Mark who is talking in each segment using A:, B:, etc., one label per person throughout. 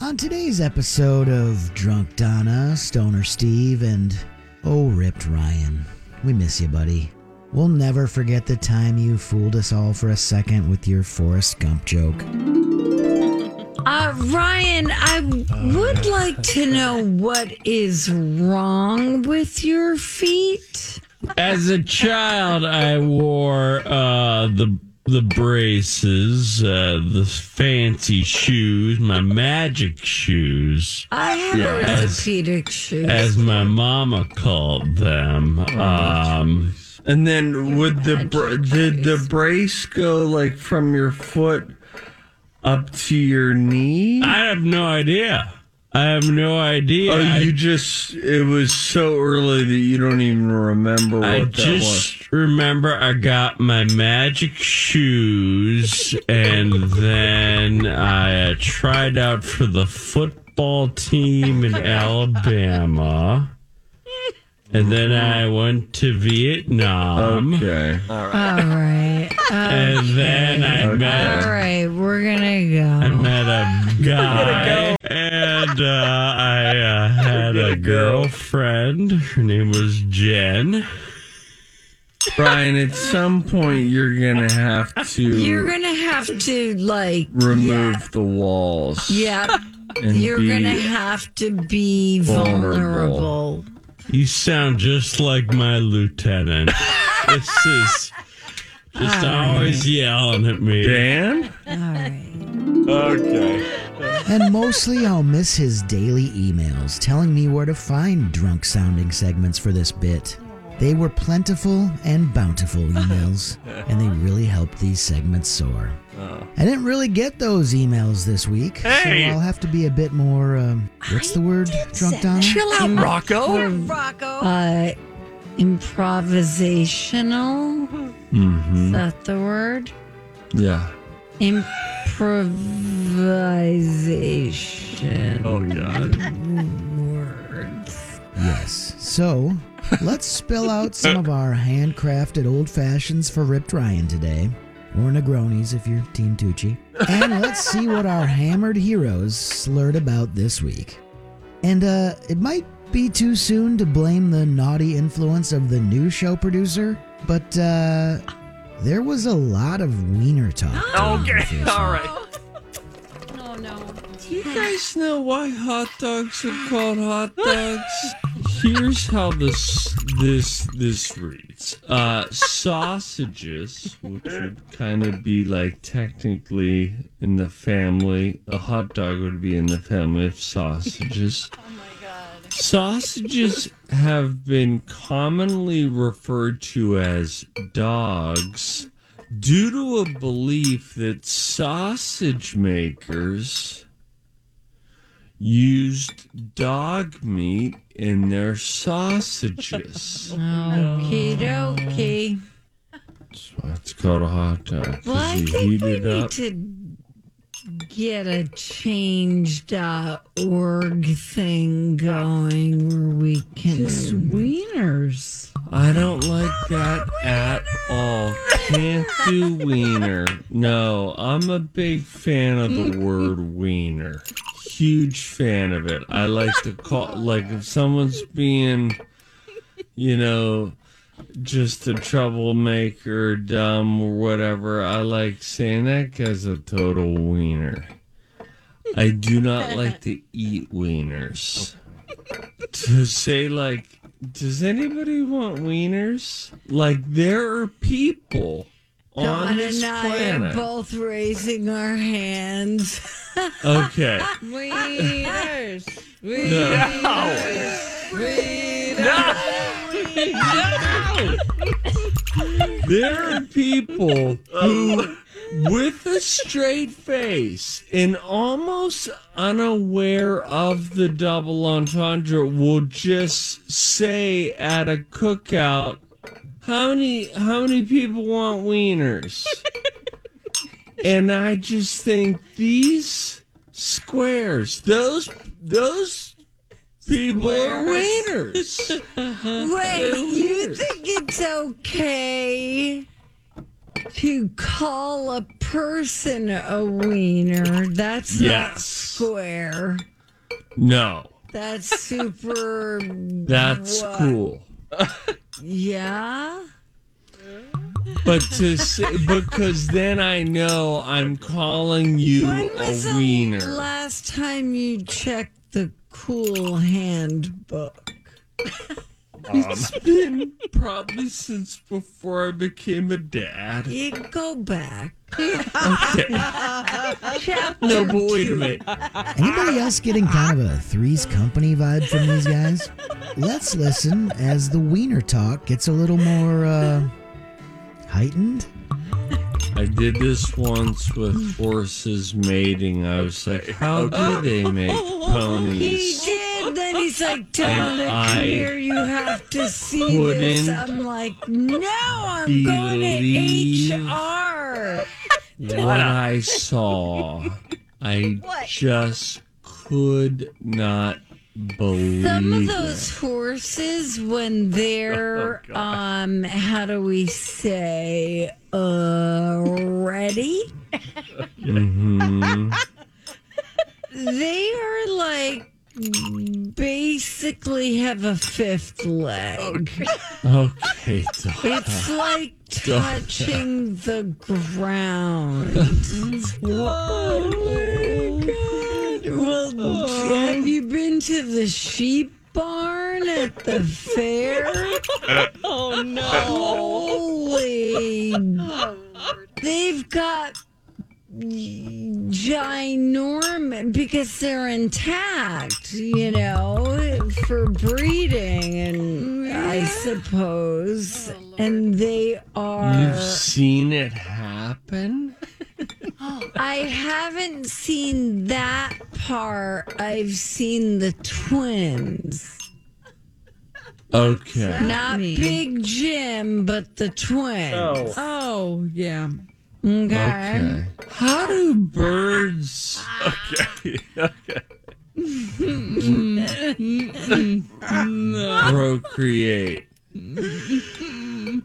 A: On today's episode of Drunk Donna, Stoner Steve, and Oh Ripped Ryan, we miss you, buddy. We'll never forget the time you fooled us all for a second with your Forrest Gump joke.
B: Uh, Ryan, I
C: Uh.
B: would like to know what is wrong with your feet.
D: As a child, I wore uh, the the braces, uh, the fancy shoes, my magic shoes,
B: I have orthopedic shoes.
D: as my mama called them.
C: Oh,
D: Um,
C: And then would the br- did the brace go like from your foot up to your knee?
D: I have no idea. I have no idea.
C: Oh,
D: I-
C: you just it was so early that you don't even remember what
D: I
C: that was.
D: just remember I got my magic shoes, and then I uh, tried out for the football team in Alabama, and then I went to Vietnam,
C: Okay.
B: All right.
C: Oh.
B: Uh,
D: and then I
B: all
D: met.
B: right, we're gonna
D: I
B: go.
D: met a guy, and uh, I uh, had a girlfriend. Her name was Jen.
C: Brian, at some point you're gonna have to
B: You're gonna have to like,
C: remove the walls.
B: yeah,
C: and
B: you're
C: be-
B: gonna have to be vulnerable.
C: Vulnerable.
D: You sound just like my lieutenant. this is just always yelling at me.
C: Dan.
B: All right.
D: Okay.
A: And mostly I'll miss his daily emails telling me where to find drunk sounding segments for this bit. They were plentiful and bountiful emails, and they really helped these segments soar. I didn't really get those emails this week,
D: Hey!
A: so I'll have to be a bit more, um, what's the word, drunk Donna?
C: out, Rocco.
B: Uh, improvisational.
C: Mm-hmm.
B: Is that the word?
C: Yeah.
B: Improvisation.
C: Oh God.
A: Yes. So, let's spill out some of our handcrafted old fashions for Ripped Ryan today, or Negronis if you're Team Tucci. And let's see what our hammered heroes slurred about this week. And uh, it might be too soon to blame the naughty influence of the new show producer, but uh, there was a lot of wiener talk. Okay, all right.
B: No, no.
C: You guys know why hot dogs are called hot dogs? Here's how this this this reads. Uh, sausages, which would kind of be like technically in the family, a hot dog would be in the family of sausages. Sausages have been commonly referred to as dogs due to a belief that sausage makers used dog meat in their sausages.
B: Okie dokie.
C: That's why it's called a hot dog. 'cause
B: Well, I
C: you
B: think
C: heat
B: we
C: it
B: need
C: up.
B: to get a change.org thing going where we can wieners.
C: I don't like that at all. Can't do wiener. No, I'm a big fan of the word wiener. Huge fan of it. I like to call like if someone's being, you know, just a troublemaker, dumb, or whatever. I like saying that guy's a total wiener.
D: I do not like to eat wieners. To say like, does anybody want wieners? Like there are people on
B: Don
D: this
B: and I are
D: planet.
B: both raising our hands.
D: Okay.
B: Wieners.
D: No. There are people who, with a straight face and almost unaware of the double entendre, will just say at a cookout, "How many? How many people want wieners?" and I just think these squares, those those people are wieners.
B: Wait, you think it's okay to call a person a wiener? That's not
D: Yes.
B: square.
D: No,
B: That's super.
D: that's
B: What?
D: cool.
B: yeah.
D: But to say, because then I know I'm calling you
B: When was
D: a
B: the
D: wiener.
B: last time you checked the cool handbook?
D: It's been probably since before I became a dad.
B: You go back.
D: No, but wait a minute.
A: Anybody else getting kind of a Three's Company vibe from these guys? Let's listen as the wiener talk gets a little more uh, heightened.
D: I did this once with horses mating. I was like, how do they make
B: He
D: ponies?
B: did. Then he's like, Tom,
D: And I
B: here you have to see this.
D: couldn't
B: I'm like, no, I'm going
D: believe-
B: to HR.
D: What I saw, I just could not believe
B: Some of
D: it.
B: those horses, when they're, um, how do we say, uh, ready? they are like basically have a fifth leg.
D: Okay, Doc.
B: It's like touching the ground. Well, have you been to the sheep barn at the fair? oh no! Holy! They've got ginormous because they're intact, you know, for breeding, and I suppose, and they are.
D: You've seen it happen?
B: I haven't seen that part. I've seen the twins.
D: Okay.
B: Not Big Jim, but the twins.
E: Oh, yeah.
B: Okay.
D: Okay. How do birds procreate? Do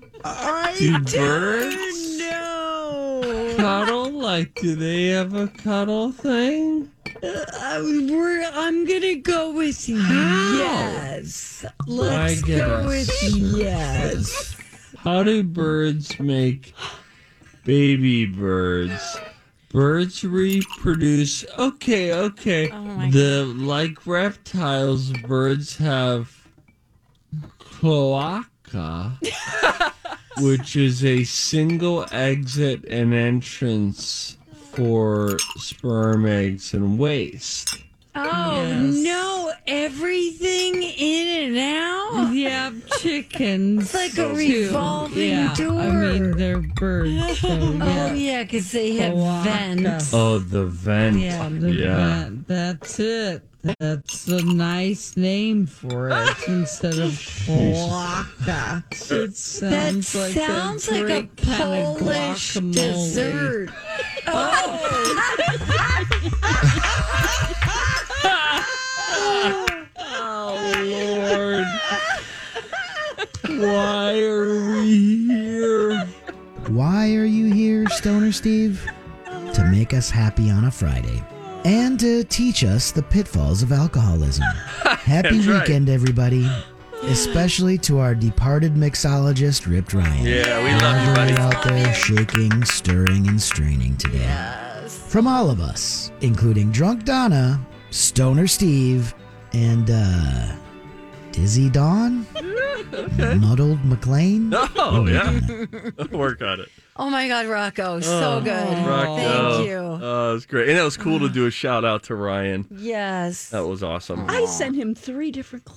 D: birds
B: No.
D: cuddle? Like, do they have a cuddle thing?
B: I, we're, I'm going to go with yes. Let's
D: get
B: go
D: a
B: with yes.
D: How do birds make baby birds? Birds reproduce. Okay, okay. the like reptiles, birds have cloaca, which is a single exit and entrance for sperm, eggs, and waste.
B: Oh, no. Everything in and out.
E: Yeah, chickens.
B: It's like a
E: too.
B: revolving
E: yeah.
B: door.
E: I mean, they're birds. So
B: Oh
E: Mm-hmm. yeah.
B: yeah, because they have
E: Cloaca.
B: vents.
D: Oh, the vent.
E: Yeah, the That, um, that's it. That's a nice name for it instead of guaca. It
B: That
E: sounds like
B: sounds like a
E: great kind of
B: Polish
E: guacamole.
B: dessert.
D: Lord, Oh, why are we here?
A: Why are you here, Stoner Steve? To make us happy on a Friday and to teach us the pitfalls of alcoholism. Happy weekend, everybody. Especially to our departed mixologist, Ripped Ryan. Yeah, we love you, buddy. out there shaking, stirring, and straining today. from all of us, including Drunk Donna, Stoner Steve, and uh, Dizzy Dawn, Muddled McLean.
C: Oh, yeah. Work on it.
B: Oh my God, Rocco,
C: Oh,
B: so good.
D: Oh,
C: Rock
B: Thank
C: out.
B: you.
C: Oh, it was great. And it was cool to do a shout out to Ryan.
B: Yes.
C: That was awesome.
F: I sent him three different